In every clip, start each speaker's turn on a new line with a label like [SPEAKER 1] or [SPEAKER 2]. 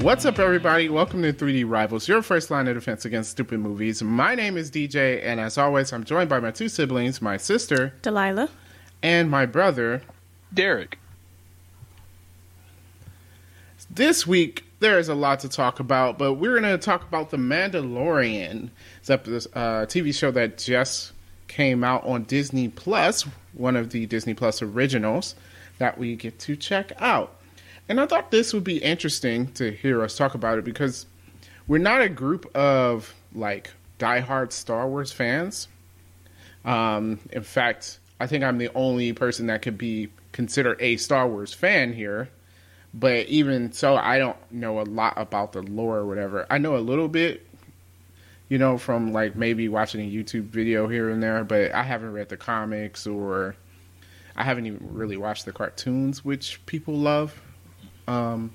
[SPEAKER 1] What's up, everybody? Welcome to 3D Rivals, your first line of defense against stupid movies. My name is DJ, and as always, I'm joined by my two siblings, my sister,
[SPEAKER 2] Delilah.
[SPEAKER 1] and my brother.
[SPEAKER 3] Derek.
[SPEAKER 1] This week, there is a lot to talk about, but we're going to talk about The Mandalorian. It's up this uh, TV show that just came out on Disney Plus, one of the Disney Plus originals that we get to check out. And I thought this would be interesting to hear us talk about it because we're not a group of like diehard Star Wars fans. Um, in fact, I think I'm the only person that could be considered a Star Wars fan here. But even so, I don't know a lot about the lore or whatever. I know a little bit, you know, from like maybe watching a YouTube video here and there, but I haven't read the comics or I haven't even really watched the cartoons, which people love. Um,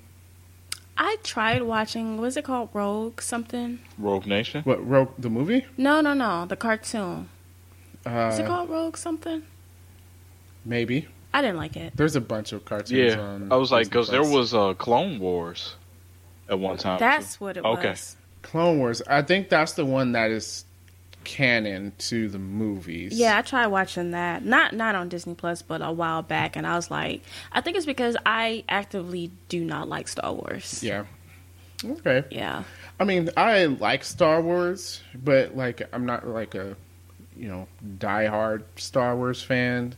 [SPEAKER 2] I tried watching, was it called Rogue something?
[SPEAKER 3] Rogue Nation.
[SPEAKER 1] what Rogue the movie?
[SPEAKER 2] No, no, no, the cartoon. Is it
[SPEAKER 1] Uh,
[SPEAKER 2] called Rogue something?
[SPEAKER 1] maybe
[SPEAKER 2] I didn't like it.
[SPEAKER 1] there's a bunch of cartoons.
[SPEAKER 3] Yeah,
[SPEAKER 1] on
[SPEAKER 3] I was like,
[SPEAKER 1] Disney
[SPEAKER 3] because there
[SPEAKER 1] Plus.
[SPEAKER 3] was uh, Clone Wars at one time.
[SPEAKER 2] That's what it
[SPEAKER 3] Okay.
[SPEAKER 2] was.
[SPEAKER 1] Clone Wars. I think that's the one that is canon to the movies.
[SPEAKER 2] Yeah, I tried watching that. Not not on Disney Plus, but a while back and I was like, I think it's because I actively do not like Star Wars.
[SPEAKER 1] Yeah. Okay.
[SPEAKER 2] Yeah.
[SPEAKER 1] I mean, I like Star Wars, but like I'm not like a you know diehard Star Wars fan.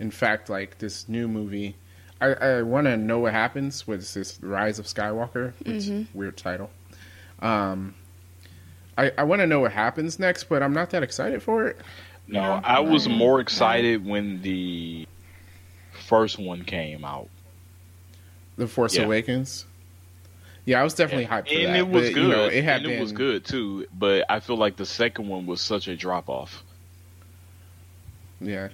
[SPEAKER 1] In fact, like this new movie, I, I want to know what happens with this Rise of Skywalker, which weird title. Um, I I want to know what happens next, but I'm not that excited for it.
[SPEAKER 3] no,
[SPEAKER 1] Yeah.
[SPEAKER 3] I was more excited when the first one came out.
[SPEAKER 1] The Force
[SPEAKER 3] Yeah.
[SPEAKER 1] Awakens. Yeah, I was definitely hyped for
[SPEAKER 3] and
[SPEAKER 1] that.
[SPEAKER 3] it was
[SPEAKER 1] but,
[SPEAKER 3] good.
[SPEAKER 1] You know, it had
[SPEAKER 3] and
[SPEAKER 1] been,
[SPEAKER 3] it was good too. But I feel like the second one was such a drop off.
[SPEAKER 1] Yeah.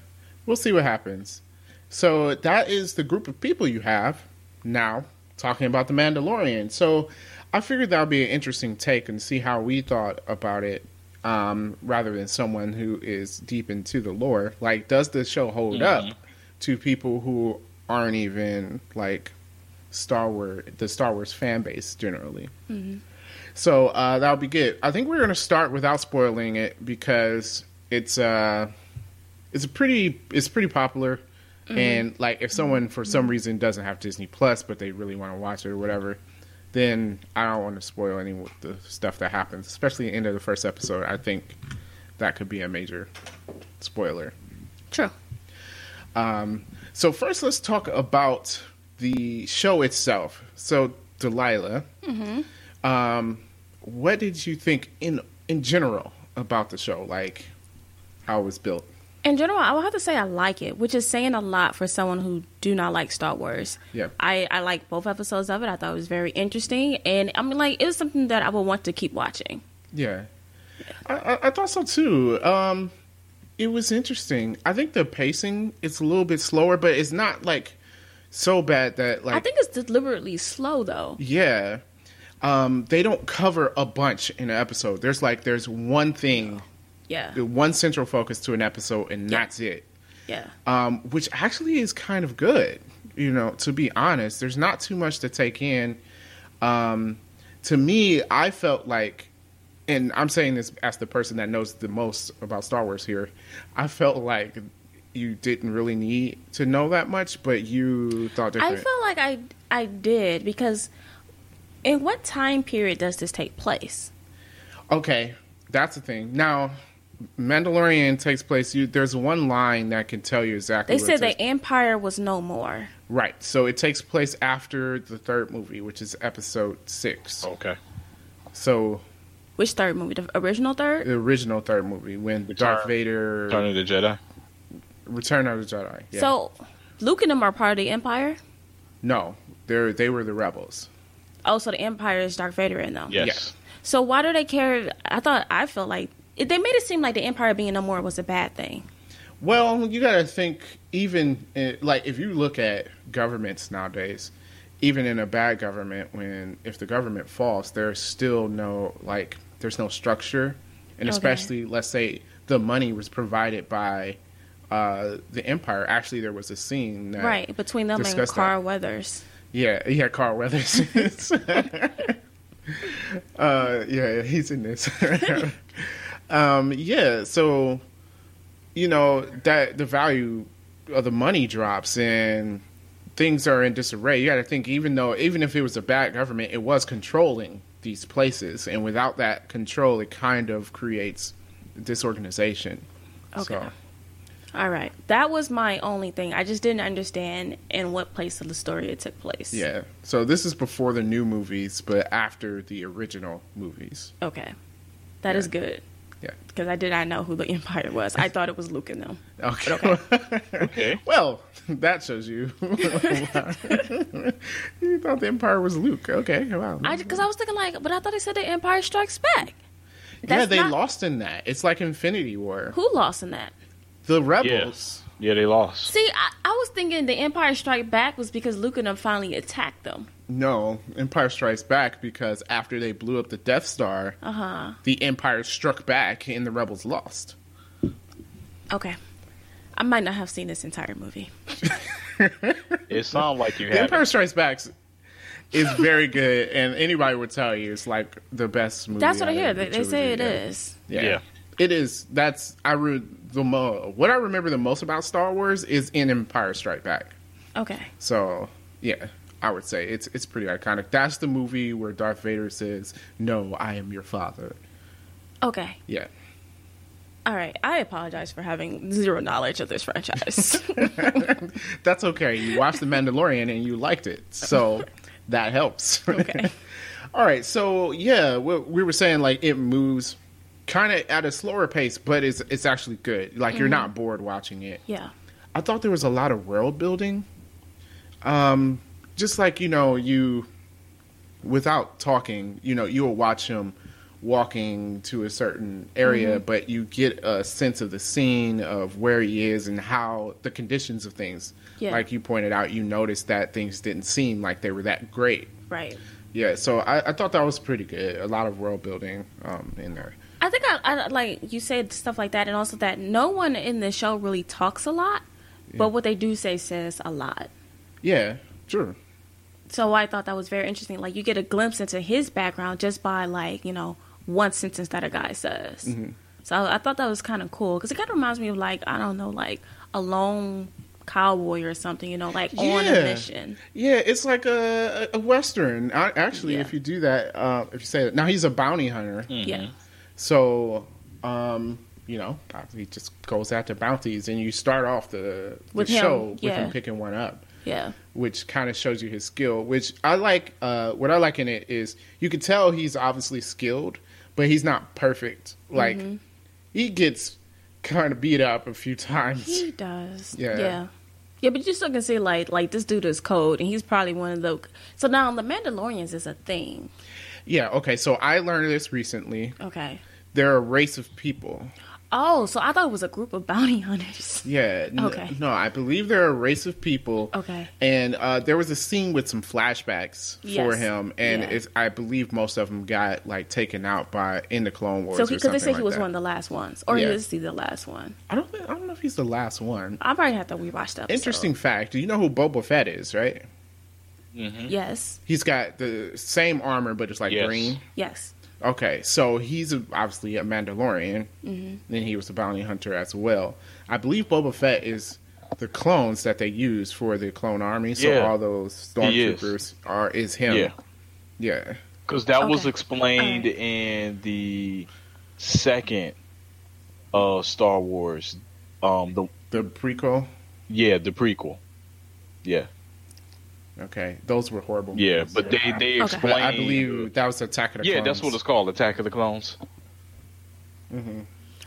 [SPEAKER 1] We'll see what happens. So that is the group of people you have now talking about the Mandalorian. So I figured that would be an interesting take and see how we thought about it um, rather than someone who is deep into the lore. Like, does the show hold up to people who aren't even like Star Wars, the Star Wars fan base generally? So uh, that'll be good. I think we're going to start without spoiling it because it's uh, it's a pretty it's pretty popular. And like, if someone for some reason doesn't have Disney Plus, but they really want to watch it or whatever, then I don't want to spoil any of the stuff that happens, especially the end of the first episode. I think that could be a major spoiler.
[SPEAKER 2] True.
[SPEAKER 1] So first, let's talk about the show itself. So Delilah, um, what did you think in in general about the show? Like how it was built?
[SPEAKER 2] In general, I would have to say I like it, which is saying a lot for someone who do not like Star Wars.
[SPEAKER 1] Yeah.
[SPEAKER 2] I, I like both episodes of it. I thought it was very interesting. And I mean, like, it was something that I would want to keep watching.
[SPEAKER 1] Yeah, I, I, I thought so too. Um, it was interesting. I think the pacing it's a little bit slower, but it's not like so bad that like
[SPEAKER 2] I think it's deliberately slow, though.
[SPEAKER 1] Yeah. Um, they don't cover a bunch in an episode. There's like there's one thing,
[SPEAKER 2] Yeah.
[SPEAKER 1] one central focus to an episode, and
[SPEAKER 2] Oh, Yeah.
[SPEAKER 1] that's it.
[SPEAKER 2] Yeah.
[SPEAKER 1] Um, which actually is kind of good, you know. To be honest, there's not too much to take in. Um, to me, I felt like, and I'm saying this as the person that knows the most about Star Wars here, I felt like you didn't really need to know that much, but you thought
[SPEAKER 2] I
[SPEAKER 1] different.
[SPEAKER 2] felt like I, I did because in what time period does this take place?
[SPEAKER 1] Okay, that's the thing. Now, Mandalorian takes place. You, there's one line that can tell you exactly.
[SPEAKER 2] They
[SPEAKER 1] where it
[SPEAKER 2] said
[SPEAKER 1] takes-
[SPEAKER 2] the Empire was no more.
[SPEAKER 1] right. So it takes place after the third movie, which is Episode Six.
[SPEAKER 3] Okay.
[SPEAKER 1] So
[SPEAKER 2] Which third movie? The original third?
[SPEAKER 1] the original third movie, when Darth
[SPEAKER 3] Return-
[SPEAKER 1] Vader,
[SPEAKER 3] Return of the Jedi.
[SPEAKER 1] Return of the Jedi. Yeah.
[SPEAKER 2] So Luke and them are part of the Empire?
[SPEAKER 1] no, they they were the rebels.
[SPEAKER 2] Oh, so the Empire is Darth Vader in them.
[SPEAKER 3] Yes.
[SPEAKER 2] So why do they care? I thought I felt like it, they made it seem like the Empire being no more was a bad thing.
[SPEAKER 1] Well, you got to think even in, like if you look at governments nowadays, even in a bad government, when if the government falls, there's still no like there's no structure, and
[SPEAKER 2] Okay.
[SPEAKER 1] especially let's say the money was provided by uh, the empire. Actually, there was a scene that
[SPEAKER 2] right between them and
[SPEAKER 1] discussed that.
[SPEAKER 2] Carl Weathers.
[SPEAKER 1] Yeah, yeah, Carl Weathers. uh, yeah, he's in this. um, yeah, so you know that the value of the money drops and things are in disarray. You got to think, even though even if it was a bad government, it was controlling these places, and without that control, it kind of creates disorganization.
[SPEAKER 2] Okay. All right. That was my only thing. I just didn't understand in what place of the story it took place.
[SPEAKER 1] Yeah. So this is before the new movies, but after the original movies.
[SPEAKER 2] Okay. that is good.
[SPEAKER 1] Yeah.
[SPEAKER 2] Because I did not know who the Empire was. I thought it was Luke and them.
[SPEAKER 1] Okay.
[SPEAKER 3] Okay.
[SPEAKER 1] well, that shows you. you thought the Empire was Luke. Okay. Wow.
[SPEAKER 2] I because I was thinking like, but I thought they said the Empire Strikes Back.
[SPEAKER 1] yeah,
[SPEAKER 2] That's
[SPEAKER 1] they
[SPEAKER 2] not-
[SPEAKER 1] lost in that. It's like Infinity War.
[SPEAKER 2] Who lost in that?
[SPEAKER 1] The
[SPEAKER 3] Yes.
[SPEAKER 1] rebels.
[SPEAKER 3] Yeah, they lost.
[SPEAKER 2] See, I, I was thinking the Empire Strike Back was because Luke and them finally attacked them.
[SPEAKER 1] No, Empire Strikes Back because after they blew up the Death Star,
[SPEAKER 2] Uh huh.
[SPEAKER 1] the Empire struck back and the rebels lost.
[SPEAKER 2] Okay. I might not have seen this entire movie.
[SPEAKER 3] It sounds like you
[SPEAKER 1] The
[SPEAKER 3] had.
[SPEAKER 1] Empire Strikes Back is very good, and anybody would tell you it's like the best movie.
[SPEAKER 2] That's what I
[SPEAKER 1] out
[SPEAKER 2] hear.
[SPEAKER 1] of the
[SPEAKER 2] They, they say it
[SPEAKER 1] trilogy, yeah.
[SPEAKER 2] is.
[SPEAKER 1] Yeah.
[SPEAKER 3] Yeah.
[SPEAKER 1] It is. That's I re- the mo- what I remember the most about Star Wars is in Empire Strike Back.
[SPEAKER 2] Okay.
[SPEAKER 1] So yeah, I would say it's it's pretty iconic. That's the movie where Darth Vader says, "No, I am your father."
[SPEAKER 2] Okay.
[SPEAKER 1] Yeah.
[SPEAKER 2] All right. I apologize for having zero knowledge of this franchise.
[SPEAKER 1] That's okay. You watched The Mandalorian and you liked it, so that helps.
[SPEAKER 2] Okay.
[SPEAKER 1] All right. So yeah, we, we were saying like it moves kind of at a slower pace, but it's it's actually good. Like you're not bored watching it.
[SPEAKER 2] yeah.
[SPEAKER 1] I thought there was a lot of world building. Um, just like you know, you without talking, you know, you will watch him walking to a certain area, but you get a sense of the scene of where he is and how the conditions of things.
[SPEAKER 2] Yeah.
[SPEAKER 1] Like you pointed out, you noticed that things didn't seem like they were that great.
[SPEAKER 2] Right.
[SPEAKER 1] Yeah, so I, I thought that was pretty good. A lot of world building um, in there.
[SPEAKER 2] I think I, I like you said stuff like that, and also that no one in the show really talks a lot, but what they do say says a lot.
[SPEAKER 1] Yeah, sure.
[SPEAKER 2] So I thought that was very interesting. Like you get a glimpse into his background just by like you know one sentence that a guy says. So I thought that was kind of cool because it kind of reminds me of like I don't know like a lone cowboy or something. You know, like on a
[SPEAKER 1] Yeah.
[SPEAKER 2] mission.
[SPEAKER 1] Yeah, it's like a, a western. I, actually,
[SPEAKER 2] Yeah. Mm.
[SPEAKER 1] if you do that, uh, if you say that, now he's a bounty hunter,
[SPEAKER 2] Yeah.
[SPEAKER 1] so um, you know he just goes after bounties, and you start off the, the
[SPEAKER 2] With him,
[SPEAKER 1] show with
[SPEAKER 2] yeah.
[SPEAKER 1] him picking one up,
[SPEAKER 2] Yeah.
[SPEAKER 1] which kind of shows you his skill. Which I like. Uh, what I like in it is you can tell he's obviously skilled, but he's not perfect. Like
[SPEAKER 2] Mm-hmm.
[SPEAKER 1] he gets kind of beat up a few times.
[SPEAKER 2] He does.
[SPEAKER 1] Yeah.
[SPEAKER 2] Yeah. Yeah, but you still can see like like this dude is cold and he's probably one of the so now the Mandalorians is a thing.
[SPEAKER 1] yeah. Okay. So I learned this recently.
[SPEAKER 2] Okay.
[SPEAKER 1] They're a race of people.
[SPEAKER 2] Oh, so I thought it was a group of bounty hunters.
[SPEAKER 1] Yeah. n-
[SPEAKER 2] Okay. Oh.
[SPEAKER 1] No, I believe they're a race of people.
[SPEAKER 2] Okay.
[SPEAKER 1] And uh, there was a scene with some flashbacks for
[SPEAKER 2] Yes.
[SPEAKER 1] him, and
[SPEAKER 2] Yeah.
[SPEAKER 1] it's, I believe most of them got like taken out by in the Clone Wars.
[SPEAKER 2] So he
[SPEAKER 1] or
[SPEAKER 2] because they
[SPEAKER 1] something
[SPEAKER 2] say
[SPEAKER 1] like
[SPEAKER 2] he was
[SPEAKER 1] that.
[SPEAKER 2] one of the last ones, or
[SPEAKER 1] Yeah.
[SPEAKER 2] he is he the last one?
[SPEAKER 1] I don't. Think, I don't know if he's the last one.
[SPEAKER 2] I probably have to rewatch that.
[SPEAKER 1] Interesting fact. You know who Boba Fett is, right?
[SPEAKER 2] Yes.
[SPEAKER 1] He's got the same armor, but it's like
[SPEAKER 3] Yes.
[SPEAKER 1] green.
[SPEAKER 2] Yes.
[SPEAKER 1] Okay, so he's a, obviously a Mandalorian. Then he was a bounty hunter as well. I believe Boba Fett is the clones that they use for the clone army. So
[SPEAKER 3] Yeah.
[SPEAKER 1] all those
[SPEAKER 3] He is.
[SPEAKER 1] stormtroopers are is him.
[SPEAKER 3] Yeah.
[SPEAKER 1] Yeah.
[SPEAKER 3] Because that was
[SPEAKER 2] Okay.
[SPEAKER 3] explained in the second uh, Star Wars, um, the
[SPEAKER 1] The prequel.
[SPEAKER 3] yeah, the prequel.
[SPEAKER 1] Okay, those were horrible.
[SPEAKER 3] Yeah,
[SPEAKER 1] movies.
[SPEAKER 3] but they they
[SPEAKER 2] Okay.
[SPEAKER 3] explained.
[SPEAKER 1] But I believe that was Attack of the
[SPEAKER 3] yeah,
[SPEAKER 1] Clones.
[SPEAKER 3] that's what it's called, Attack of the Clones.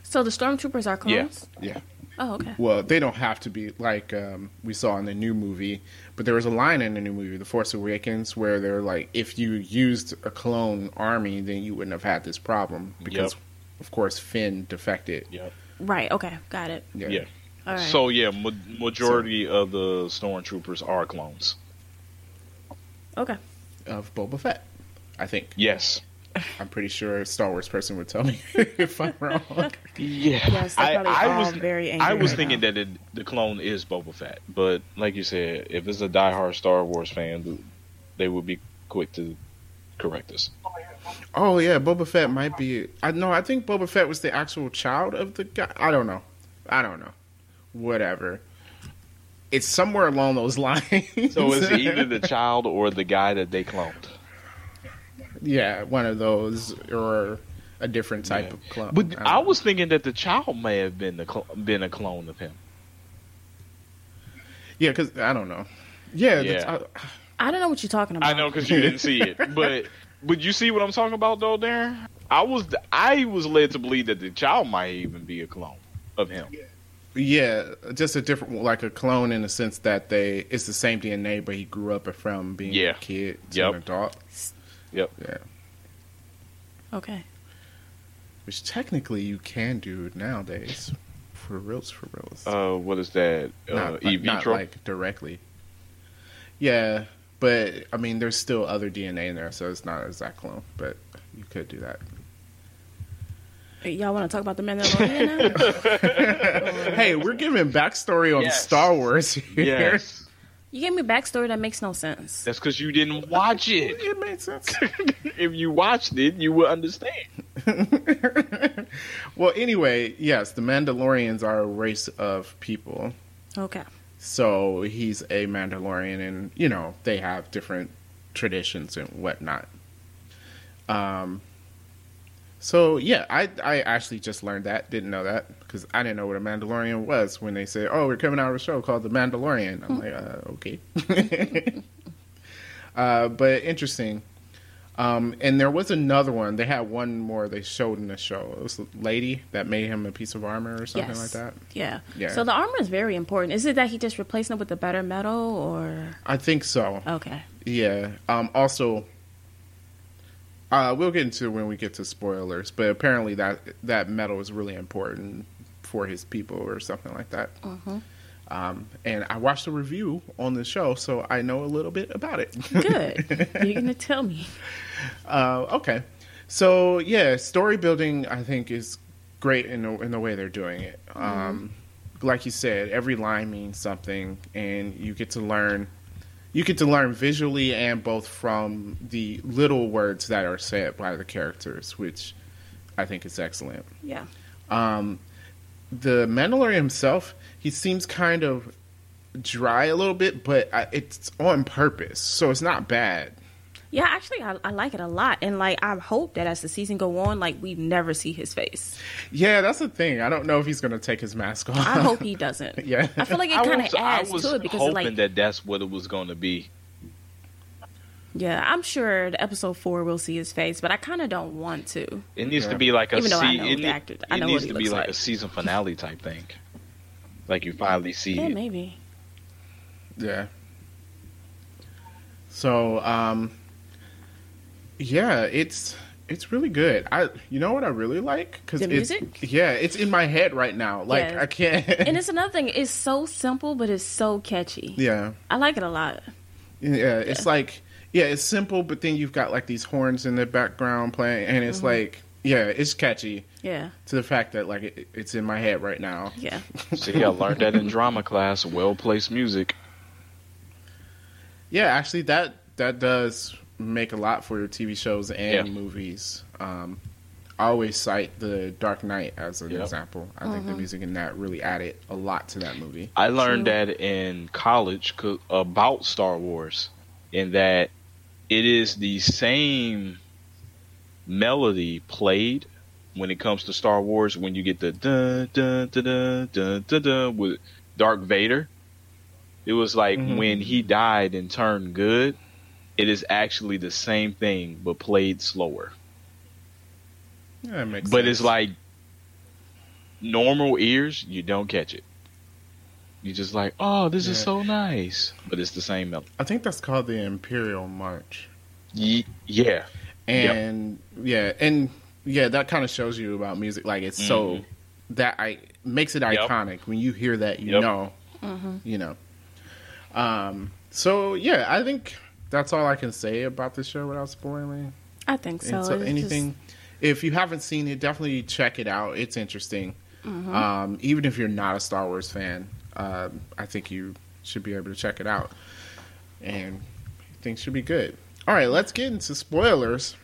[SPEAKER 2] So the stormtroopers are clones.
[SPEAKER 1] Yeah.
[SPEAKER 2] Oh, okay.
[SPEAKER 1] Well, they don't have to be like um, we saw in the new movie, but there was a line in the new movie, The Force Awakens, where they're like, if you used a clone army, then you wouldn't have had this problem because,
[SPEAKER 3] Yep.
[SPEAKER 1] of course, Finn defected.
[SPEAKER 3] Yeah.
[SPEAKER 2] Right. Okay. Got it.
[SPEAKER 1] Yeah.
[SPEAKER 3] Yeah.
[SPEAKER 2] All right.
[SPEAKER 3] So yeah, ma- majority of the stormtroopers are clones.
[SPEAKER 2] okay.
[SPEAKER 1] of Boba Fett. I think
[SPEAKER 3] Yes.
[SPEAKER 1] I'm pretty sure a Star Wars person would tell me if I'm wrong.
[SPEAKER 3] Yeah.
[SPEAKER 2] Yes, they're
[SPEAKER 3] I,
[SPEAKER 2] probably
[SPEAKER 3] I
[SPEAKER 2] all
[SPEAKER 3] was
[SPEAKER 2] very angry.
[SPEAKER 3] I was
[SPEAKER 2] right
[SPEAKER 3] thinking
[SPEAKER 2] now.
[SPEAKER 3] that it, the clone is Boba Fett, but like you said, if it's a diehard Star Wars fan, the they would be quick to correct us.
[SPEAKER 1] Oh yeah, Boba Fett might be. I know. I think Boba Fett was the actual child of the guy. I don't know. I don't know. Whatever. It's somewhere along those lines.
[SPEAKER 3] So it's either the child or the guy that they cloned.
[SPEAKER 1] yeah, one of those or a different type
[SPEAKER 3] Yeah.
[SPEAKER 1] of clone.
[SPEAKER 3] But
[SPEAKER 1] don't
[SPEAKER 3] I
[SPEAKER 1] know.
[SPEAKER 3] was thinking that the child may have been the cl- been a clone of him.
[SPEAKER 1] yeah, because I don't know. Yeah, the-
[SPEAKER 3] Yeah.
[SPEAKER 1] I-
[SPEAKER 2] I don't know what you're talking about.
[SPEAKER 3] I know because you didn't see it, but but you see what I'm talking about though, Darren. I was I was led to believe that the child might even be a clone of him.
[SPEAKER 1] yeah, just a different, like a clone in the sense that they it's the same DNA, but he grew up from being
[SPEAKER 3] Yeah.
[SPEAKER 1] a kid to
[SPEAKER 3] Yep.
[SPEAKER 1] an adult.
[SPEAKER 3] Yep.
[SPEAKER 1] Yeah,
[SPEAKER 2] Okay.
[SPEAKER 1] which technically you can do nowadays. For reals, for reals.
[SPEAKER 3] Uh, what is that?
[SPEAKER 1] not,
[SPEAKER 3] Uh,
[SPEAKER 1] like,
[SPEAKER 3] e
[SPEAKER 1] not,
[SPEAKER 3] vitro.
[SPEAKER 1] like directly. Yeah, but I mean, there's still other DNA in there, so it's not an exact clone. But you could do that.
[SPEAKER 2] Y'all want to talk about the Mandalorian now?
[SPEAKER 1] hey, we're giving backstory on
[SPEAKER 3] Yes.
[SPEAKER 1] Star Wars here.
[SPEAKER 3] yes,
[SPEAKER 2] You gave me backstory that makes no sense.
[SPEAKER 3] that's because you didn't watch it.
[SPEAKER 1] It made sense.
[SPEAKER 3] if you watched it, you would understand.
[SPEAKER 1] well, anyway, yes, the Mandalorians are a race of people.
[SPEAKER 2] Okay.
[SPEAKER 1] So he's a Mandalorian, and you know they have different traditions and whatnot. Um. So yeah, I I actually just learned that. Didn't know that because I didn't know what a Mandalorian was when they said, "Oh, we're coming out with a show called The Mandalorian." I'm like, uh, okay. uh, but interesting. Um, and there was another one. They had one more they showed in the show. It was a lady that made him a piece of armor or something
[SPEAKER 2] yes.
[SPEAKER 1] like that.
[SPEAKER 2] Yeah.
[SPEAKER 1] Yeah.
[SPEAKER 2] So the armor is very important. Is it that he just replaced it with the better metal or
[SPEAKER 1] I think so.
[SPEAKER 2] okay?
[SPEAKER 1] Yeah. Um, also, uh, we'll get into it when we get to spoilers, but apparently that that metal is really important for his people or something like that.
[SPEAKER 2] Mhm.
[SPEAKER 1] Um, and I watched a review on the show, so I know a little bit about it.
[SPEAKER 2] Good. You're gonna tell me.
[SPEAKER 1] Uh, okay. So yeah, story building I think is great in the, in the way they're doing it. Um, Like you said, every line means something, and you get to learn. You get to learn visually and both from the little words that are said by the characters, which I think is excellent.
[SPEAKER 2] Yeah.
[SPEAKER 1] Um, the Mandalorian himself, he seems kind of dry a little bit, but I, it's on purpose, so it's not bad.
[SPEAKER 2] Yeah. Actually, I, I like it a lot, and like I hope that as the season go on, like we never see his face.
[SPEAKER 1] Yeah, that's the thing. I don't know if he's gonna take his mask off.
[SPEAKER 2] I hope he doesn't.
[SPEAKER 1] Yeah.
[SPEAKER 2] I feel like it
[SPEAKER 3] I
[SPEAKER 2] kind
[SPEAKER 3] was-
[SPEAKER 2] of adds
[SPEAKER 3] I was
[SPEAKER 2] to it because
[SPEAKER 3] hoping
[SPEAKER 2] it, like
[SPEAKER 3] that that's what it was going to be.
[SPEAKER 2] yeah, I'm sure the episode four will see his face, but I kind of don't want to.
[SPEAKER 3] It needs
[SPEAKER 1] Yeah.
[SPEAKER 3] to be like a
[SPEAKER 2] Even though I
[SPEAKER 3] sea-
[SPEAKER 2] know
[SPEAKER 3] it,
[SPEAKER 2] the
[SPEAKER 3] ne-
[SPEAKER 2] actor- I
[SPEAKER 3] it
[SPEAKER 2] know what
[SPEAKER 3] needs
[SPEAKER 2] he
[SPEAKER 3] to be
[SPEAKER 2] looks
[SPEAKER 3] like, a
[SPEAKER 2] like.
[SPEAKER 3] season finale type thing. Like you finally see
[SPEAKER 2] Yeah,
[SPEAKER 3] it.
[SPEAKER 2] maybe.
[SPEAKER 1] Yeah. So, um, yeah, it's it's really good. I you know what I really like because
[SPEAKER 2] The
[SPEAKER 1] it's,
[SPEAKER 2] music?
[SPEAKER 1] Yeah, it's in my head right now. Like
[SPEAKER 2] Yeah.
[SPEAKER 1] I can't.
[SPEAKER 2] And it's another thing. It's so simple, but it's so catchy.
[SPEAKER 1] yeah,
[SPEAKER 2] I like it a lot.
[SPEAKER 1] yeah, It's like yeah, it's simple, but then you've got like these horns in the background playing, and
[SPEAKER 2] Mm-hmm.
[SPEAKER 1] it's like yeah, it's catchy
[SPEAKER 2] Yeah.
[SPEAKER 1] to the fact that like it, it's in my head right now.
[SPEAKER 2] Yeah.
[SPEAKER 3] See, I learned that in drama class. Well placed music.
[SPEAKER 1] Yeah, actually, that that does make a lot for your TV shows and
[SPEAKER 3] Yeah.
[SPEAKER 1] movies. Um, I always cite The Dark Knight as an
[SPEAKER 3] Yep.
[SPEAKER 1] example. I think the music in that really added a lot to that movie.
[SPEAKER 3] I learned
[SPEAKER 2] True.
[SPEAKER 3] that in college co- about Star Wars, in that it is the same melody played when it comes to Star Wars when you get the dun dun dun dun dun dun, dun with Dark Vader. It was like
[SPEAKER 1] Mhm.
[SPEAKER 3] when he died and turned good. It is actually the same thing but played slower.
[SPEAKER 1] Yeah, that makes
[SPEAKER 3] But
[SPEAKER 1] sense.
[SPEAKER 3] it's like normal ears, you don't catch it. You just like, oh, this is
[SPEAKER 1] Yeah.
[SPEAKER 3] so nice. But it's the same melody.
[SPEAKER 1] I think that's called the Imperial March,
[SPEAKER 3] Ye- yeah.
[SPEAKER 1] and yeah, and yeah, that kind of shows you about music. Like it's so that I makes it
[SPEAKER 3] Mm-hmm. Yep.
[SPEAKER 1] iconic when you hear that, you
[SPEAKER 3] Yep.
[SPEAKER 1] know,
[SPEAKER 2] Mm-hmm.
[SPEAKER 1] you know. Um. So yeah, I think that's all I can say about the show without spoiling.
[SPEAKER 2] I think so.
[SPEAKER 1] and so
[SPEAKER 2] It's just-
[SPEAKER 1] anything if you haven't seen it definitely check it out it's interesting
[SPEAKER 2] Mm-hmm.
[SPEAKER 1] um, even if you're not a star wars fan um, i think you should be able to check it out and think should be good. All right, let's get into spoilers.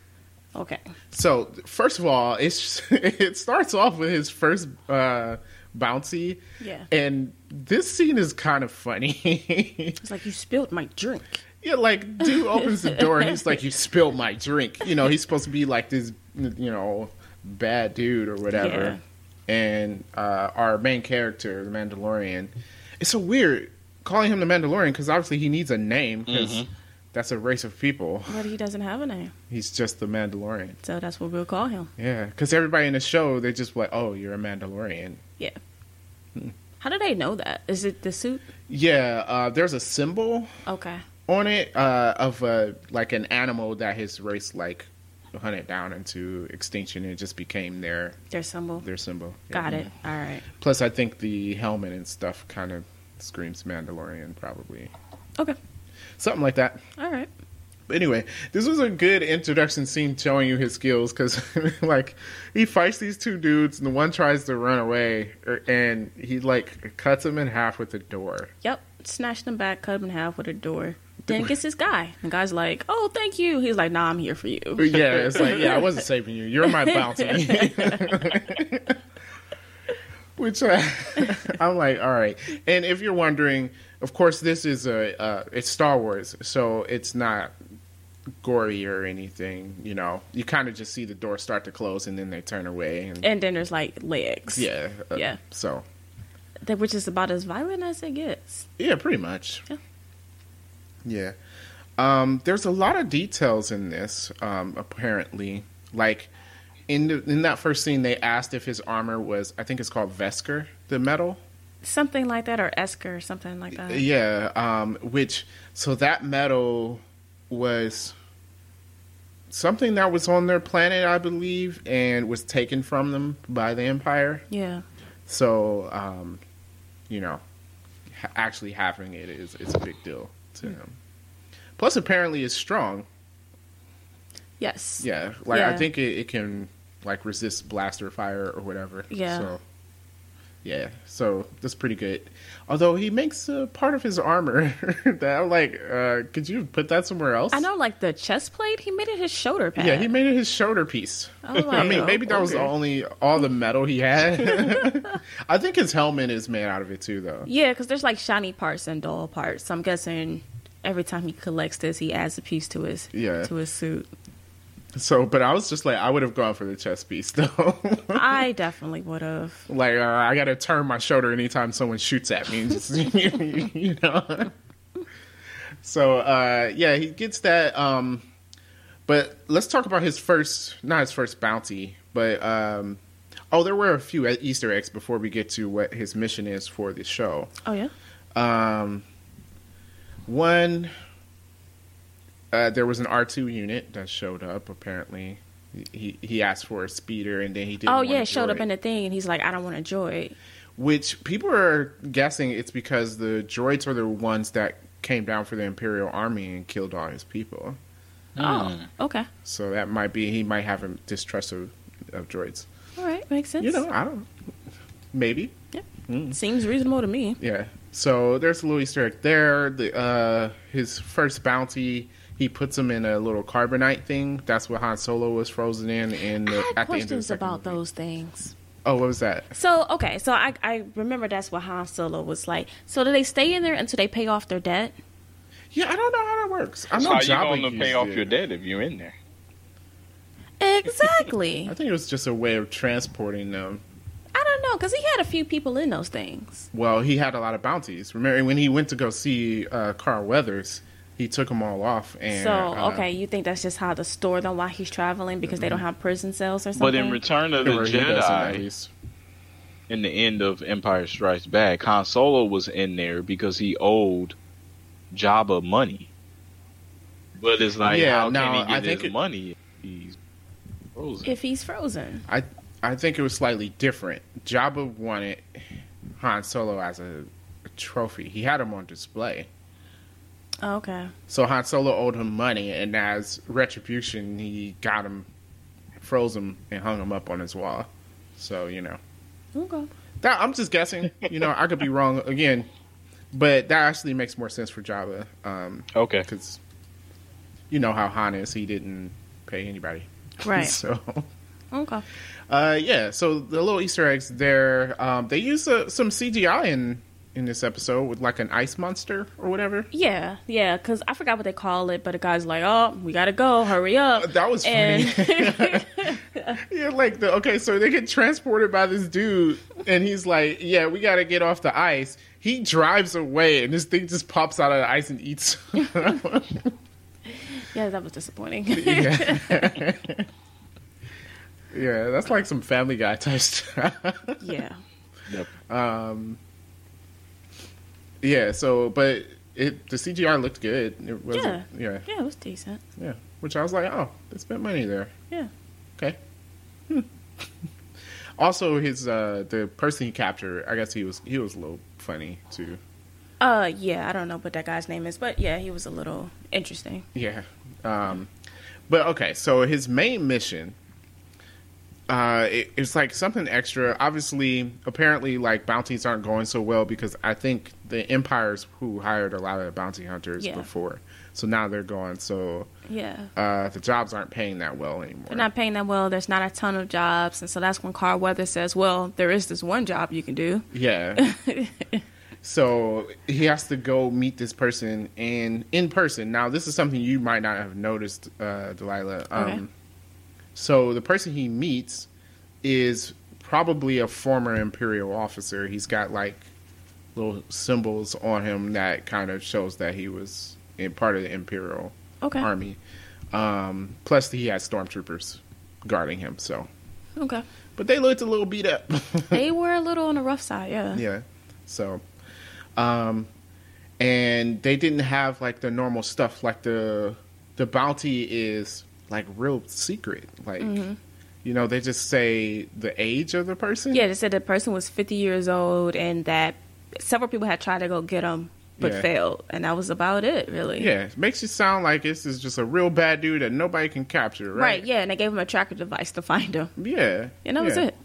[SPEAKER 2] Okay.
[SPEAKER 1] So first of all, it's it starts off with his first uh, bouncy,
[SPEAKER 2] Yeah.
[SPEAKER 1] and this scene is kind of funny.
[SPEAKER 2] It's like you spilled my drink.
[SPEAKER 1] yeah, like dude opens the door and he's like, "You spilled my drink." You know, he's supposed to be like this, you know, bad dude or whatever. And uh, our main character, the Mandalorian, it's so weird calling him the Mandalorian because obviously he needs a name because that's a race of people.
[SPEAKER 2] But he doesn't have a name,
[SPEAKER 1] He's just the Mandalorian.
[SPEAKER 2] so that's what we'll call him.
[SPEAKER 1] Yeah, because everybody in the show, they just like, oh, you're a Mandalorian.
[SPEAKER 2] How do they know that? Is it the suit?
[SPEAKER 1] Yeah, uh, there's a symbol
[SPEAKER 2] Okay.
[SPEAKER 1] on it uh, of uh, like an animal that his race like hunted down into extinction, and it just became their
[SPEAKER 2] Their symbol.
[SPEAKER 1] their symbol.
[SPEAKER 2] Got
[SPEAKER 1] Yeah.
[SPEAKER 2] it. All right.
[SPEAKER 1] Plus, I think the helmet and stuff kind of screams Mandalorian, probably
[SPEAKER 2] Okay.
[SPEAKER 1] something like that.
[SPEAKER 2] All right.
[SPEAKER 1] But anyway, this was a good introduction scene showing you his skills because, like, he fights these two dudes, and the one tries to run away, er, and he like cuts him in half with the door.
[SPEAKER 2] Yep. Snatched him back, cut him in half with a door. Then gets this guy. The guy's like, "Oh, thank you." He's like, "Nah, I'm here for you."
[SPEAKER 1] But yeah, it's like, yeah, I wasn't saving you. You're my bounty. Which uh, I'm like, all right. And if you're wondering, of course, this is a uh, it's Star Wars, so it's not gory or anything. You know, you kind of just see the door start to close, and then they turn away, and
[SPEAKER 2] And then there's like legs.
[SPEAKER 1] Yeah. uh,
[SPEAKER 2] Yeah.
[SPEAKER 1] So,
[SPEAKER 2] That which is about as violent as it gets.
[SPEAKER 1] yeah, pretty much.
[SPEAKER 2] Yeah.
[SPEAKER 1] Yeah. Um, there's a lot of details in this, um, apparently. Like, in, the, in that first scene, they asked if his armor was, I think it's called Vesker, the metal.
[SPEAKER 2] Something like that, or Esker, or something like
[SPEAKER 1] Uh,
[SPEAKER 2] that.
[SPEAKER 1] yeah. Um, which, so that metal was something that was on their planet, I believe, and was taken from them by the Empire.
[SPEAKER 2] Yeah.
[SPEAKER 1] So, um, you know, ha- actually having it is it's a big deal to him. Plus, apparently, it's strong.
[SPEAKER 2] Yes.
[SPEAKER 1] Yeah, like I
[SPEAKER 2] Yeah.
[SPEAKER 1] think it, it can like resist blaster fire or whatever.
[SPEAKER 2] Yeah.
[SPEAKER 1] So, yeah, so that's pretty good. Although he makes uh, part of his armor that I'm like, uh, could you put that somewhere else?
[SPEAKER 2] I know, like the chest plate. He made it his shoulder pad.
[SPEAKER 1] Yeah, he made it his shoulder piece.
[SPEAKER 2] I'm like,
[SPEAKER 1] I mean, maybe that was the
[SPEAKER 2] Oh, okay.
[SPEAKER 1] only all the metal he had. I think his helmet is made out of it too, though.
[SPEAKER 2] Yeah, because there's like shiny parts and dull parts. So I'm guessing every time he collects this, he adds a piece to his
[SPEAKER 1] Yeah.
[SPEAKER 2] to his suit.
[SPEAKER 1] So, but I was just like, I would have gone for the chest piece though.
[SPEAKER 2] I definitely would have.
[SPEAKER 1] like, uh, I gotta turn my shoulder anytime someone shoots at me. Just, you know. So, uh, yeah, he gets that. Um, but let's talk about his first, not his first bounty, but um, oh, there were a few Easter eggs before we get to what his mission is for the show.
[SPEAKER 2] Oh yeah.
[SPEAKER 1] Um, one, uh, there was an R two unit that showed up. Apparently, he he asked for a speeder, and then he did.
[SPEAKER 2] oh yeah, it showed up in the thing, and he's like, "I don't want to droid."
[SPEAKER 1] which people are guessing it's because the droids are the ones that came down for the Imperial Army and killed all his people.
[SPEAKER 2] Oh, okay.
[SPEAKER 1] So that might be he might have a distrust of, of droids.
[SPEAKER 2] All right, makes sense.
[SPEAKER 1] You know, I don't. Maybe
[SPEAKER 2] Seems reasonable to me.
[SPEAKER 1] Yeah. So there's a little Easter egg there. The uh, his first bounty, he puts him in a little carbonite thing. That's what Han Solo was frozen in. In the, at the end
[SPEAKER 2] I had
[SPEAKER 1] of the
[SPEAKER 2] questions
[SPEAKER 1] second
[SPEAKER 2] about
[SPEAKER 1] movie.
[SPEAKER 2] those things.
[SPEAKER 1] Oh, what was that?
[SPEAKER 2] So okay, so I I remember that's what Han Solo was like. So do they stay in there until they pay off their debt?
[SPEAKER 1] Yeah, I don't know how that works. I
[SPEAKER 3] That's
[SPEAKER 1] know
[SPEAKER 3] how you
[SPEAKER 1] Jabba
[SPEAKER 3] going to
[SPEAKER 1] used
[SPEAKER 3] pay off
[SPEAKER 1] it.
[SPEAKER 3] your debt if you're in there?
[SPEAKER 2] Exactly.
[SPEAKER 1] I think it was just a way of transporting them.
[SPEAKER 2] I don't know because he had a few people in those things.
[SPEAKER 1] Well, he had a lot of bounties. Remember when he went to go see uh, Carl Weathers, he took them all off. And
[SPEAKER 2] So
[SPEAKER 3] um,
[SPEAKER 1] uh,
[SPEAKER 2] okay, you think that's just how to store them while he's traveling because they don't have prison cells or something?
[SPEAKER 3] Mm-hmm. But in Return of the
[SPEAKER 1] or he doesn't, at
[SPEAKER 3] Jedi,
[SPEAKER 1] least.
[SPEAKER 3] in the end of Empire Strikes Back, Han Solo was in there because he owed Jabba money. But it's like,
[SPEAKER 1] Yeah,
[SPEAKER 3] how
[SPEAKER 1] no,
[SPEAKER 3] can he
[SPEAKER 1] I
[SPEAKER 3] get
[SPEAKER 1] think
[SPEAKER 3] his
[SPEAKER 1] it-
[SPEAKER 3] money? if He's frozen.
[SPEAKER 2] if he's frozen,
[SPEAKER 1] I I think it was slightly different. Jabba wanted Han Solo as a, a trophy. He had him on display.
[SPEAKER 2] oh, okay,
[SPEAKER 1] So Han Solo owed him money, and as retribution, he got him, froze him, and hung him up on his wall. So you know,
[SPEAKER 2] okay,
[SPEAKER 1] that I'm just guessing. You know, I could be wrong again, but that actually makes more sense for Jabba. Um,
[SPEAKER 3] okay.
[SPEAKER 1] because you know how Han is. He didn't pay anybody.
[SPEAKER 2] Right.
[SPEAKER 1] so,
[SPEAKER 2] Okay.
[SPEAKER 1] uh, yeah. So the little Easter eggs there. Um, they use uh, some CGI in in this episode with like an ice monster or whatever.
[SPEAKER 2] Yeah, yeah, because I forgot what they call it, but the guy's like, oh, we gotta go, hurry
[SPEAKER 3] Oh,
[SPEAKER 2] up.
[SPEAKER 1] Uh, That was funny.
[SPEAKER 2] and
[SPEAKER 1] Yeah, like the okay, so they get transported by this dude, and he's like, "Yeah, we got to get off the ice." He drives away, and this thing just pops out of the ice and eats.
[SPEAKER 2] yeah, that was disappointing.
[SPEAKER 1] yeah. yeah, that's like some Family Guy type stuff.
[SPEAKER 2] yeah.
[SPEAKER 3] Yep.
[SPEAKER 1] yeah, so but it the CGI looked good. It wasn't, yeah. yeah,
[SPEAKER 2] Yeah, it was decent.
[SPEAKER 1] yeah. Which I was like, oh, they spent money there.
[SPEAKER 2] Yeah.
[SPEAKER 1] Okay. Hmm. also, his uh the person he captured, I guess he was he was a little funny too.
[SPEAKER 2] Uh, yeah, I don't know what that guy's name is, but yeah, he was a little interesting.
[SPEAKER 1] Yeah. Um, but okay, so his main mission, uh, it, it's like something extra. Obviously, apparently, like bounties aren't going so well because I think the empires who hired a lot of the bounty hunters
[SPEAKER 2] Yeah.
[SPEAKER 1] before, so now they're gone. So
[SPEAKER 2] Yeah.
[SPEAKER 1] uh, the jobs aren't paying that well anymore.
[SPEAKER 2] They're not paying that well. There's not a ton of jobs, and so that's when Carl Weather says, "Well, there is this one job you can do."
[SPEAKER 1] Yeah. so he has to go meet this person and in person. Now, this is something you might not have noticed, uh, Delilah. Um,
[SPEAKER 2] Okay.
[SPEAKER 1] So the person he meets is probably a former Imperial officer. He's got like little symbols on him that kind of shows that he was in part of the Imperial
[SPEAKER 2] Okay.
[SPEAKER 1] army. Um, plus, he had stormtroopers guarding him. So,
[SPEAKER 2] Okay.
[SPEAKER 1] but they looked a little beat up.
[SPEAKER 2] They were a little on the rough side. Yeah.
[SPEAKER 1] Yeah. So, um, and they didn't have like the normal stuff. Like the the bounty is like real secret. Like,
[SPEAKER 2] Mm-hmm.
[SPEAKER 1] you know, they just say the age of the person.
[SPEAKER 2] Yeah, they said the person was 50 years old and that several people had tried to go get him but
[SPEAKER 1] Yeah.
[SPEAKER 2] failed. And that was about it, really.
[SPEAKER 1] Yeah, it makes you sound like this is just a real bad dude that nobody can capture,
[SPEAKER 2] Right.
[SPEAKER 1] right?
[SPEAKER 2] yeah, and they gave him a tracker device to find him.
[SPEAKER 1] Yeah.
[SPEAKER 2] And that was
[SPEAKER 1] yeah.
[SPEAKER 2] it.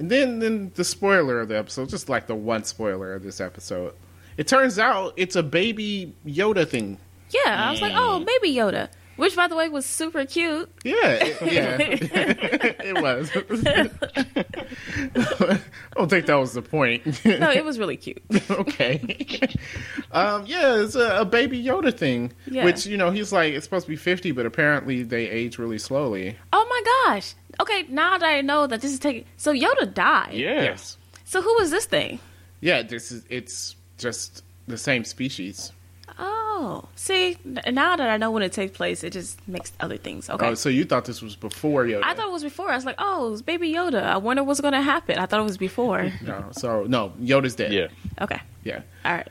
[SPEAKER 1] And then, then the spoiler of the episode, just like the one spoiler of this episode, it turns out it's a baby Yoda thing.
[SPEAKER 2] Yeah, I was like,
[SPEAKER 1] Mm.
[SPEAKER 2] oh, baby Yoda, which by the way was super cute.
[SPEAKER 1] Yeah, it, yeah, it was. I don't think that was the point.
[SPEAKER 2] No, it was really cute.
[SPEAKER 1] okay. um, yeah, it's a, a baby Yoda thing,
[SPEAKER 2] Yeah.
[SPEAKER 1] which you know he's like it's supposed to be fifty, but apparently they age really slowly.
[SPEAKER 2] Oh my gosh. Okay, now that I know that this is taking, so Yoda died.
[SPEAKER 3] Yeah.
[SPEAKER 2] So who was this thing?
[SPEAKER 1] Yeah, this is it's just the same species.
[SPEAKER 2] Oh, see, n- now that I know when it takes place, it just makes other things. Okay.
[SPEAKER 1] Oh, so you thought this was before Yoda?
[SPEAKER 2] I thought it was before. I was like, oh, it's Baby Yoda. I wonder what's going to happen. I thought it was before.
[SPEAKER 1] no. So no, Yoda's dead.
[SPEAKER 3] Yeah.
[SPEAKER 2] okay.
[SPEAKER 1] yeah.
[SPEAKER 2] All right.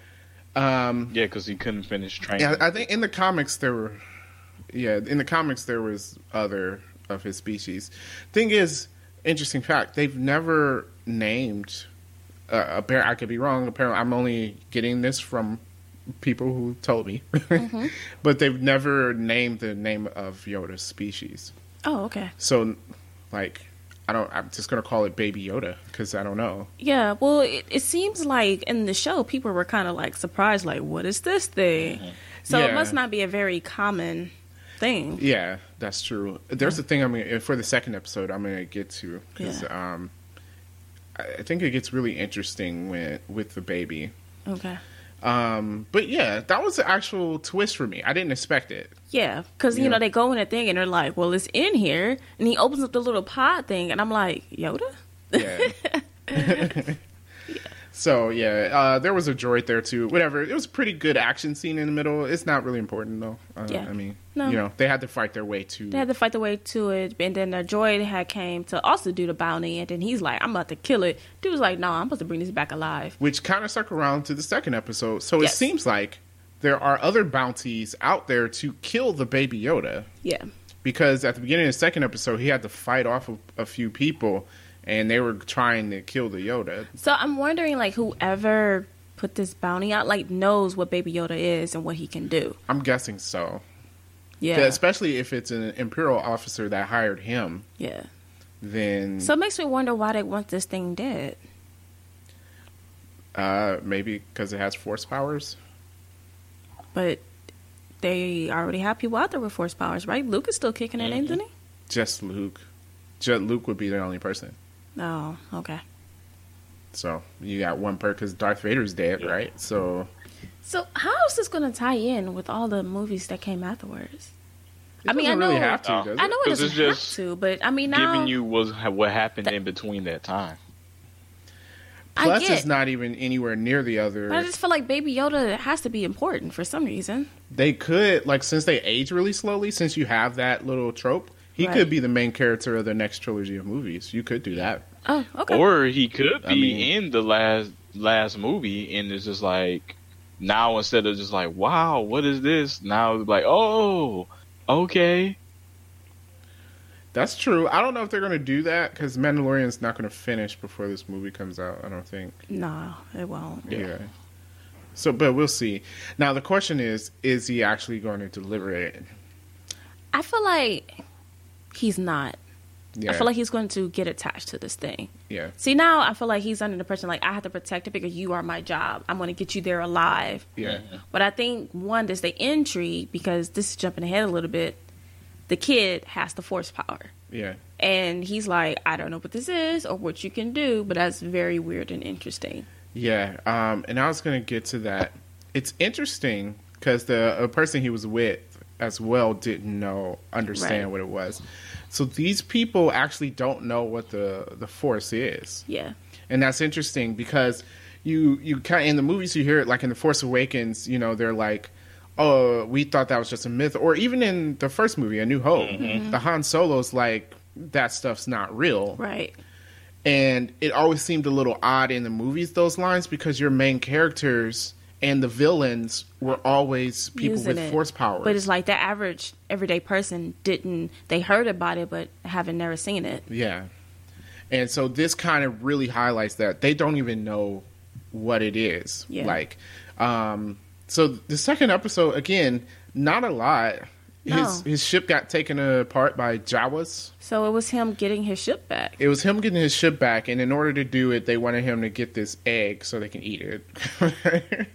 [SPEAKER 1] Um,
[SPEAKER 3] Yeah, because he couldn't finish training.
[SPEAKER 1] Yeah, I think in the comics there were. Yeah, in the comics there was other of his species. Thing is, interesting fact: they've never named uh, a bear. I could be wrong. Apparently, I'm only getting this from people who told me, but they've never named the name of Yoda's species.
[SPEAKER 2] Oh, okay.
[SPEAKER 1] So, like, I don't. I'm just gonna call it Baby Yoda because I don't know.
[SPEAKER 2] Yeah. Well, it, it seems like in the show, people were kind of like surprised, like, what is this thing? So
[SPEAKER 1] Mm-hmm. Yeah.
[SPEAKER 2] it must not be a very common thing.
[SPEAKER 1] Yeah, that's true. There's a thing I'm gonna, for the second episode. I'm gonna get to because um, I I think it gets really interesting when with the baby.
[SPEAKER 2] Okay.
[SPEAKER 1] Um, but yeah, that was the actual twist for me. I didn't expect it.
[SPEAKER 2] Yeah, because
[SPEAKER 1] Yeah.
[SPEAKER 2] you know they go in a thing and they're like, "Well, it's in here," and he opens up the little pod thing, and I'm like, "Yoda."
[SPEAKER 1] Yeah. So yeah, uh, there was a droid there too. Whatever. It was a pretty good action scene in the middle. It's not really important though. Uh,
[SPEAKER 2] Yeah.
[SPEAKER 1] I mean,
[SPEAKER 2] No.
[SPEAKER 1] you know, they had to fight their way to.
[SPEAKER 2] They had to fight their way to it, and then the droid had came to also do the bounty, and then he's like, "I'm about to kill it." Dude was like, "No, I'm supposed to bring this back alive."
[SPEAKER 1] which kind of stuck around to the second episode. So it
[SPEAKER 2] Yes.
[SPEAKER 1] seems like there are other bounties out there to kill the baby Yoda.
[SPEAKER 2] Yeah,
[SPEAKER 1] because at the beginning of the second episode, he had to fight off a, a few people, and they were trying to kill the Yoda.
[SPEAKER 2] so I'm wondering, like, whoever put this bounty out, like, knows what Baby Yoda is and what he can do.
[SPEAKER 1] I'm guessing so,
[SPEAKER 2] Yeah,
[SPEAKER 1] Yeah, especially if it's an imperial officer that hired him.
[SPEAKER 2] yeah.
[SPEAKER 3] Mm-hmm.
[SPEAKER 1] Then
[SPEAKER 2] So it makes me wonder why they want this thing dead.
[SPEAKER 1] uh, maybe because it has force powers.
[SPEAKER 2] But they already have people out there with force powers, right? Luke is still kicking it,
[SPEAKER 3] Mm-hmm.
[SPEAKER 2] isn't he?
[SPEAKER 1] Just Luke. Just Luke would be the only person.
[SPEAKER 2] Oh, okay.
[SPEAKER 1] So you got one per because Darth Vader's dead,
[SPEAKER 3] Yeah.
[SPEAKER 1] right? So
[SPEAKER 2] So how is this going to tie in with all the movies that came afterwards?
[SPEAKER 1] it
[SPEAKER 2] I mean, I
[SPEAKER 1] doesn't really
[SPEAKER 2] know-
[SPEAKER 1] have to,
[SPEAKER 3] Uh,
[SPEAKER 1] does
[SPEAKER 2] I know it
[SPEAKER 3] 'Cause
[SPEAKER 2] doesn't
[SPEAKER 3] it's
[SPEAKER 2] have
[SPEAKER 3] just
[SPEAKER 2] to, but I mean now
[SPEAKER 3] Giving you was what happened
[SPEAKER 2] That-
[SPEAKER 3] in between that time.
[SPEAKER 2] I
[SPEAKER 1] Plus,
[SPEAKER 2] get.
[SPEAKER 1] it's not even anywhere near the other.
[SPEAKER 2] I just feel like Baby Yoda has to be important for some reason.
[SPEAKER 1] they could like since they age really slowly. Since you have that little trope, he
[SPEAKER 2] Right.
[SPEAKER 1] could be the main character of the next trilogy of movies. You could do that.
[SPEAKER 2] Oh, okay.
[SPEAKER 3] Or he could be
[SPEAKER 1] I mean-
[SPEAKER 3] in the last last movie, and it's just like now instead of just like wow, what is this? Now it's like oh, okay,
[SPEAKER 1] That's true. I don't know if they're going to do that because Mandalorian's not going to finish before this movie comes out. I don't think.
[SPEAKER 2] no, it won't.
[SPEAKER 1] Yeah. So, but we'll see. Now the question is: Is he actually going to deliver it?
[SPEAKER 2] I feel like he's not.
[SPEAKER 1] Yeah.
[SPEAKER 2] I feel like he's going to get attached to this thing.
[SPEAKER 1] yeah.
[SPEAKER 2] See, now I feel like he's under the pressure, like, I have to protect it because you are my job. I'm going to get you there alive.
[SPEAKER 1] Yeah.
[SPEAKER 2] But I think, one, there's the intrigue because this is jumping ahead a little bit. The kid has the force power.
[SPEAKER 1] Yeah.
[SPEAKER 2] And he's like, I don't know what this is or what you can do, but that's very weird and interesting.
[SPEAKER 1] Yeah, um, and I was going to get to that. It's interesting because the a person he was with as well didn't know understand
[SPEAKER 2] Right.
[SPEAKER 1] what it was. So these people actually don't know what the the force is,
[SPEAKER 2] Yeah.
[SPEAKER 1] and that's interesting because you you kind in the movies you hear it like in the Force Awakens, you know, they're like. Oh, we thought that was just a myth, or even in the first movie, A New Hope, the Han Solo's like that stuff's not real,
[SPEAKER 2] Right.
[SPEAKER 1] and it always seemed a little odd in the movies those lines because your main characters and the villains were always people
[SPEAKER 2] Using
[SPEAKER 1] with
[SPEAKER 2] it.
[SPEAKER 1] force powers.
[SPEAKER 2] But it's like the average everyday person didn't, they heard about it, but haven't never seen it.
[SPEAKER 1] yeah, and so this kind of really highlights that they don't even know what it is.
[SPEAKER 2] Yeah.
[SPEAKER 1] Like, um, so the second episode again, not a lot. His
[SPEAKER 2] No.
[SPEAKER 1] his ship got taken apart by Jawas.
[SPEAKER 2] So it was him getting his ship back.
[SPEAKER 1] It was him getting his ship back, and in order to do it, they wanted him to get this egg so they can eat it.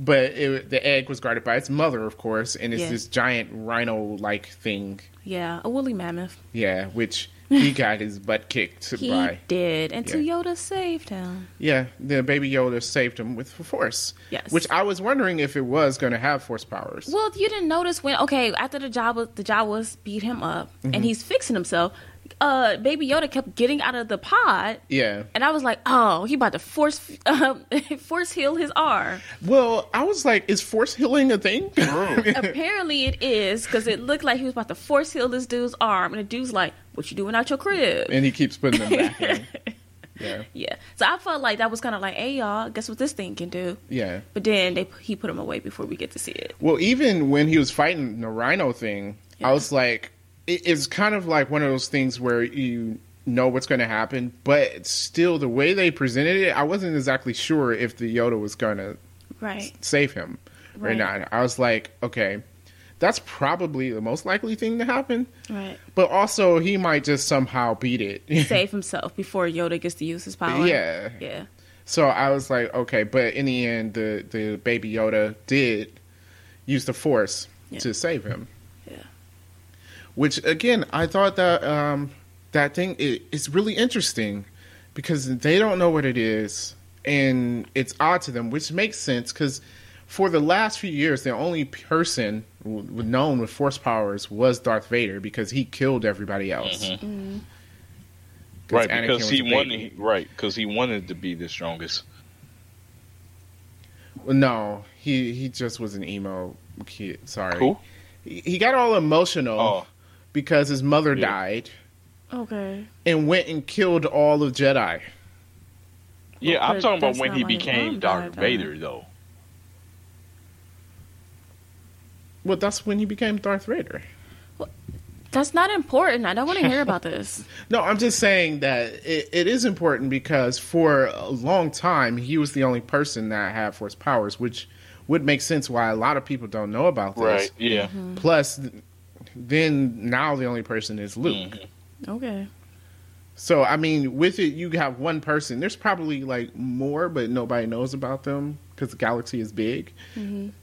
[SPEAKER 1] but it, the egg was guarded by its mother, of course, and it's
[SPEAKER 2] Yeah.
[SPEAKER 1] this giant rhino-like thing.
[SPEAKER 2] Yeah, a woolly mammoth.
[SPEAKER 1] Yeah, which he got his butt kicked
[SPEAKER 2] He
[SPEAKER 1] by.
[SPEAKER 2] did until Yoda saved him.
[SPEAKER 1] Yeah, the baby Yoda saved him with force.
[SPEAKER 2] Yes.
[SPEAKER 1] Which I was wondering if it was going to have force powers.
[SPEAKER 2] Well, you didn't notice when okay after the Jawas the Jawas beat him up and he's fixing himself. Uh, Baby Yoda kept getting out of the pod,
[SPEAKER 1] yeah.
[SPEAKER 2] and I was like, oh, he about to force um, force heal his arm.
[SPEAKER 1] Well, I was like, is force healing a thing?
[SPEAKER 2] Apparently, it is because it looked like he was about to force heal this dude's arm, and the dude's like, "What you doing out your crib?"
[SPEAKER 1] and he keeps putting them back in. Yeah.
[SPEAKER 2] Yeah, so I felt like that was kind of like, "Hey, y'all, guess what this thing can do?"
[SPEAKER 1] Yeah.
[SPEAKER 2] But then they he put him away before we get to see it.
[SPEAKER 1] Well, even when he was fighting the rhino thing, I
[SPEAKER 2] Yeah.
[SPEAKER 1] was like, it, it's kind of like one of those things where you know what's going to happen, but still, the way they presented it, I wasn't exactly sure if the Yoda was going to
[SPEAKER 2] Right.
[SPEAKER 1] save him or
[SPEAKER 2] Right.
[SPEAKER 1] not. I was like, okay, that's probably the most likely thing to happen,
[SPEAKER 2] Right.
[SPEAKER 1] but also he might just somehow beat it.
[SPEAKER 2] Save himself before Yoda gets to use his power.
[SPEAKER 1] Yeah.
[SPEAKER 2] Yeah.
[SPEAKER 1] So I was like, okay, but in the end, the the baby Yoda did use the Force
[SPEAKER 2] Yeah.
[SPEAKER 1] to save him.
[SPEAKER 2] Yeah.
[SPEAKER 1] Which again, I thought that um, that thing it, it's really interesting because they don't know what it is, and it's odd to them, which makes sense because for the last few years, the only person w- w- known with Force powers was Darth Vader because he killed everybody else.
[SPEAKER 3] Mm-hmm.
[SPEAKER 2] Mm-hmm.
[SPEAKER 3] right?
[SPEAKER 1] Anakin
[SPEAKER 3] Because
[SPEAKER 1] was
[SPEAKER 3] he
[SPEAKER 1] a baby.
[SPEAKER 3] wanted, right? Because he wanted to be the strongest.
[SPEAKER 1] Well, No, he he just was an emo kid. Sorry.
[SPEAKER 3] Who?
[SPEAKER 1] He, he got all emotional
[SPEAKER 3] Oh.
[SPEAKER 1] because his mother
[SPEAKER 3] Yeah.
[SPEAKER 1] died
[SPEAKER 2] Okay.
[SPEAKER 1] and went and killed all of Jedi.
[SPEAKER 3] Yeah, I'm
[SPEAKER 2] But
[SPEAKER 3] talking about
[SPEAKER 2] that's
[SPEAKER 3] when
[SPEAKER 2] not
[SPEAKER 3] he
[SPEAKER 2] why
[SPEAKER 3] became
[SPEAKER 2] Ron
[SPEAKER 3] Darth
[SPEAKER 2] died, though.
[SPEAKER 3] Vader, though.
[SPEAKER 1] Well, that's when he became Darth Vader.
[SPEAKER 2] That's not important. I don't want to hear about this.
[SPEAKER 1] No, I'm just saying that it, it is important because for a long time he was the only person that had force powers, which would make sense why a lot of people don't know about this.
[SPEAKER 3] Yeah.
[SPEAKER 2] Mm-hmm.
[SPEAKER 3] Mm.
[SPEAKER 1] Plus, th- then now the only person is Luke.
[SPEAKER 2] Okay.
[SPEAKER 1] So I mean, with it, you have one person. There's probably like more, but nobody knows about them because the galaxy is big.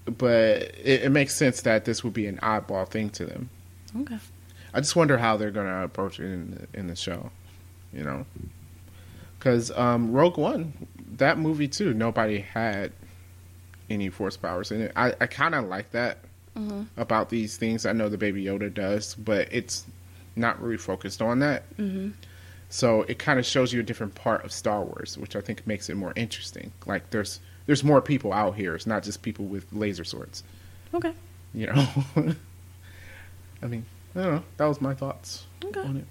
[SPEAKER 1] But it, it makes sense that this would be an oddball thing to them.
[SPEAKER 2] Okay.
[SPEAKER 1] I just wonder how they're going to approach it in the, in the show, you know? Because um, Rogue One, that movie too, nobody had any force powers in it. I, I kind of like that about these things. I know the Baby Yoda does, but it's not really focused on that.
[SPEAKER 2] Mhm.
[SPEAKER 1] So it kind of shows you a different part of Star Wars, which I think makes it more interesting. Like there's there's more people out here. It's not just people with laser swords
[SPEAKER 2] Okay.
[SPEAKER 1] you know. I mean, I don't know. That was my thoughts
[SPEAKER 2] Okay.
[SPEAKER 1] on it.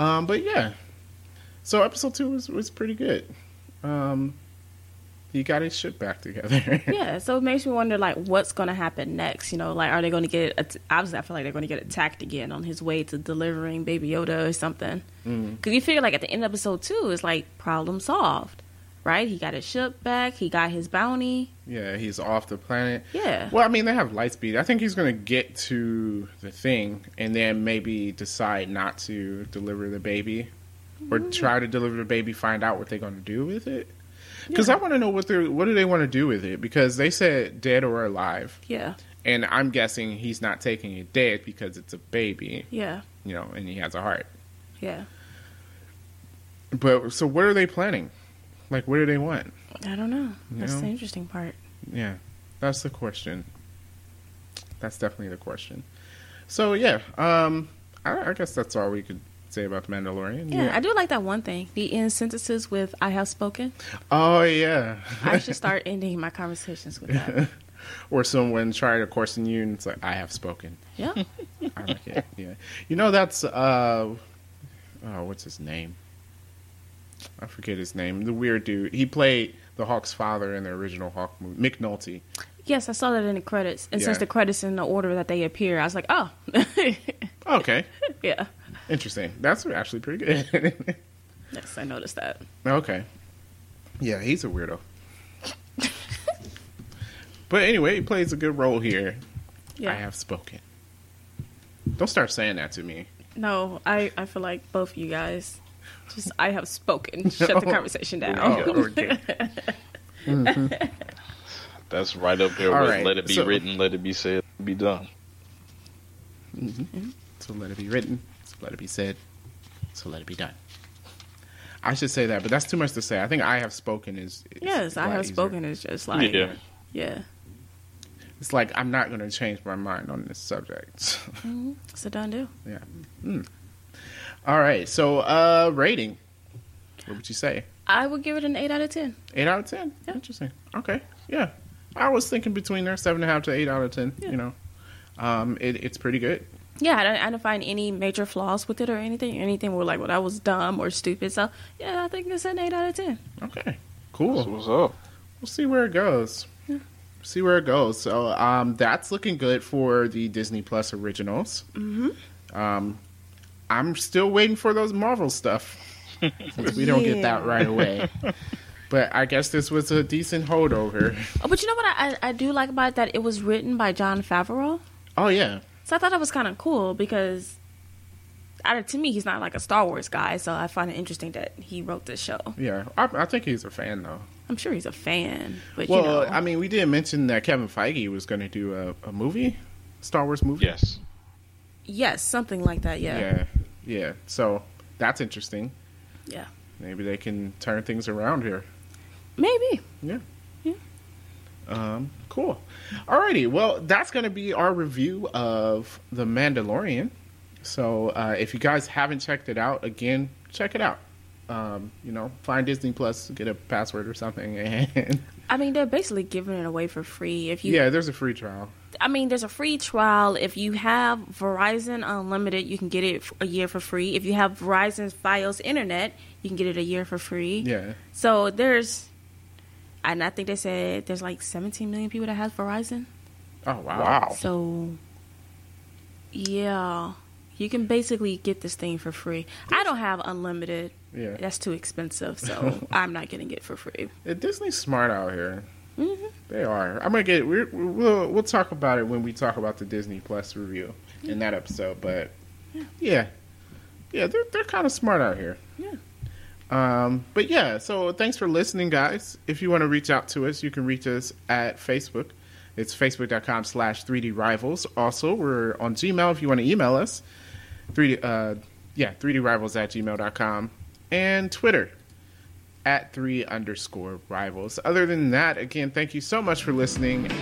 [SPEAKER 1] Um, but yeah, so episode two was was pretty good. Um, he got his shit back together.
[SPEAKER 2] Yeah, so it makes me wonder, like, what's going to happen next? You know, like, are they going to get, att- obviously, I feel like they're going to get attacked again on his way to delivering Baby Yoda or something.
[SPEAKER 1] Mm.
[SPEAKER 2] Because you figure, like, at the end of episode two, it's like problem solved, right? He got his ship back, he got his bounty.
[SPEAKER 1] yeah, he's off the planet.
[SPEAKER 2] Yeah.
[SPEAKER 1] Well, I mean, they have light speed. I think he's gonna get to the thing and then maybe decide not to deliver the baby, or try to deliver the baby. Find out what they're gonna do with it. Because I want to know what they are what do they want to do with it? Because they said dead or alive.
[SPEAKER 2] Yeah,
[SPEAKER 1] and I'm guessing he's not taking it dead because it's a baby,
[SPEAKER 2] yeah,
[SPEAKER 1] you know, and he has a heart.
[SPEAKER 2] yeah.
[SPEAKER 1] But so, what are they planning? Like, what do they want?
[SPEAKER 2] I don't know. That's
[SPEAKER 1] Yeah.
[SPEAKER 2] the interesting part.
[SPEAKER 1] Yeah, that's the question. That's definitely the question. So yeah, um, I, I guess that's all we could say about the Mandalorian.
[SPEAKER 2] Yeah, I do like that one thing the end sentences with I have spoken.
[SPEAKER 1] Oh yeah.
[SPEAKER 2] I should start ending my conversations with that.
[SPEAKER 1] or someone try to question you, and it's like, I have spoken.
[SPEAKER 2] Yeah.
[SPEAKER 1] I like it. Yeah. You know that's uh oh, what's his name? I forget his name. The weird dude. He played the Hawk's father in the original Hawk movie. McNulty.
[SPEAKER 2] Yes, I saw that in the credits. And since
[SPEAKER 1] Yeah.
[SPEAKER 2] the credits in the order that they appear, I was like, oh,
[SPEAKER 1] Okay.
[SPEAKER 2] yeah.
[SPEAKER 1] Interesting. That's actually pretty good.
[SPEAKER 2] Yes, I noticed that.
[SPEAKER 1] okay. Yeah, he's a weirdo. but anyway, he plays a good role here.
[SPEAKER 2] Yeah.
[SPEAKER 1] I have spoken. Don't start saying that to me.
[SPEAKER 2] No, I, I feel like both you guys just, I have spoken. Shut the
[SPEAKER 1] No.
[SPEAKER 2] conversation down.
[SPEAKER 1] No, or Dick.
[SPEAKER 3] That's right up there
[SPEAKER 1] All
[SPEAKER 3] with
[SPEAKER 1] right,
[SPEAKER 3] let it be
[SPEAKER 1] so-
[SPEAKER 3] written, let it be said, be done.
[SPEAKER 1] So let it be written. So let it be said. So let it be done. I should say that, but that's too much to say. I think I have spoken is. is
[SPEAKER 2] yes,
[SPEAKER 1] a
[SPEAKER 2] I
[SPEAKER 1] lot
[SPEAKER 2] have
[SPEAKER 1] easier.
[SPEAKER 2] spoken. It's just like, yeah.
[SPEAKER 3] Yeah.
[SPEAKER 1] It's like I'm not going to change my mind on this subject.
[SPEAKER 2] It's a done deal.
[SPEAKER 1] yeah. Mm. All right. So uh rating. What would you say?
[SPEAKER 2] I would give it an 8 out of 10.
[SPEAKER 1] Eight out of ten.
[SPEAKER 2] Yeah.
[SPEAKER 1] Interesting. Okay. Yeah. I was thinking between there seven and a half to eight out of ten.
[SPEAKER 2] Yeah.
[SPEAKER 1] You know, um, it, it's pretty good.
[SPEAKER 2] Yeah, I didn't, I didn't find any major flaws with it or anything. Anything where like, well, that was dumb or stupid. So, yeah, I think it's an 8 out of 10.
[SPEAKER 1] Okay. Cool.
[SPEAKER 3] That's what's up.
[SPEAKER 1] we'll see where it goes. See where it goes. So um, that's looking good for the Disney Plus originals. Mm-hmm. Um, I'm still waiting for those Marvel stuff. Since we don't get that
[SPEAKER 2] Yeah.
[SPEAKER 1] right away. but I guess this was a decent holdover.
[SPEAKER 2] Oh, but you know what I, I, I do like about it? That it was written by John Favreau.
[SPEAKER 1] Oh yeah,
[SPEAKER 2] So I thought that was kind of cool because, I, to me, he's not like a Star Wars guy. So I find it interesting that he wrote this show.
[SPEAKER 1] yeah. I, I think he's a fan though.
[SPEAKER 2] I'm sure he's a fan, but
[SPEAKER 1] Well,
[SPEAKER 2] you know,
[SPEAKER 1] I mean, we did mention that Kevin Feige was going to do a, a movie, Star Wars movie.
[SPEAKER 3] Yes.
[SPEAKER 2] yes, something like that. Yeah, yeah.
[SPEAKER 1] yeah, yeah. So that's interesting. Maybe they can turn things around here.
[SPEAKER 2] maybe.
[SPEAKER 1] Yeah.
[SPEAKER 2] Yeah.
[SPEAKER 1] Um, cool. Alrighty. Well, that's going to be our review of The Mandalorian. So uh, if you guys haven't checked it out, again, check it out. Um, you know, find Disney Plus, get a password or something, and
[SPEAKER 2] I mean, they're basically giving it away for free. If you,
[SPEAKER 1] yeah, there's a free trial.
[SPEAKER 2] I mean, there's a free trial. If you have Verizon Unlimited, you can get it f- a year for free. If you have Verizon Fios Internet, you can get it a year for free.
[SPEAKER 1] Yeah,
[SPEAKER 2] So there's, and I think they said there's like 17 million people that has Verizon.
[SPEAKER 1] Oh wow.
[SPEAKER 3] Wow.
[SPEAKER 2] So, yeah, you can basically get this thing for free. I don't have unlimited.
[SPEAKER 1] Yeah.
[SPEAKER 2] That's too expensive, so I'm not getting it for free. Mm-hmm.
[SPEAKER 1] Yeah, Disney's smart out here. They are. I'm gonna get. We're, we'll we'll talk about it when we talk about the Disney Plus review in that episode. But yeah, yeah, they're they're kind of smart out here.
[SPEAKER 2] Yeah.
[SPEAKER 1] Um, but yeah, so thanks for listening, guys. If you want to reach out to us, you can reach us at Facebook. It's facebook.com slash 3D Rivals. Also, we're on Gmail if you want to email us. 3D, uh, yeah, 3D Rivals at gmail.com. And Twitter at 3 underscore Rivals. Other than that, again, thank you so much for listening.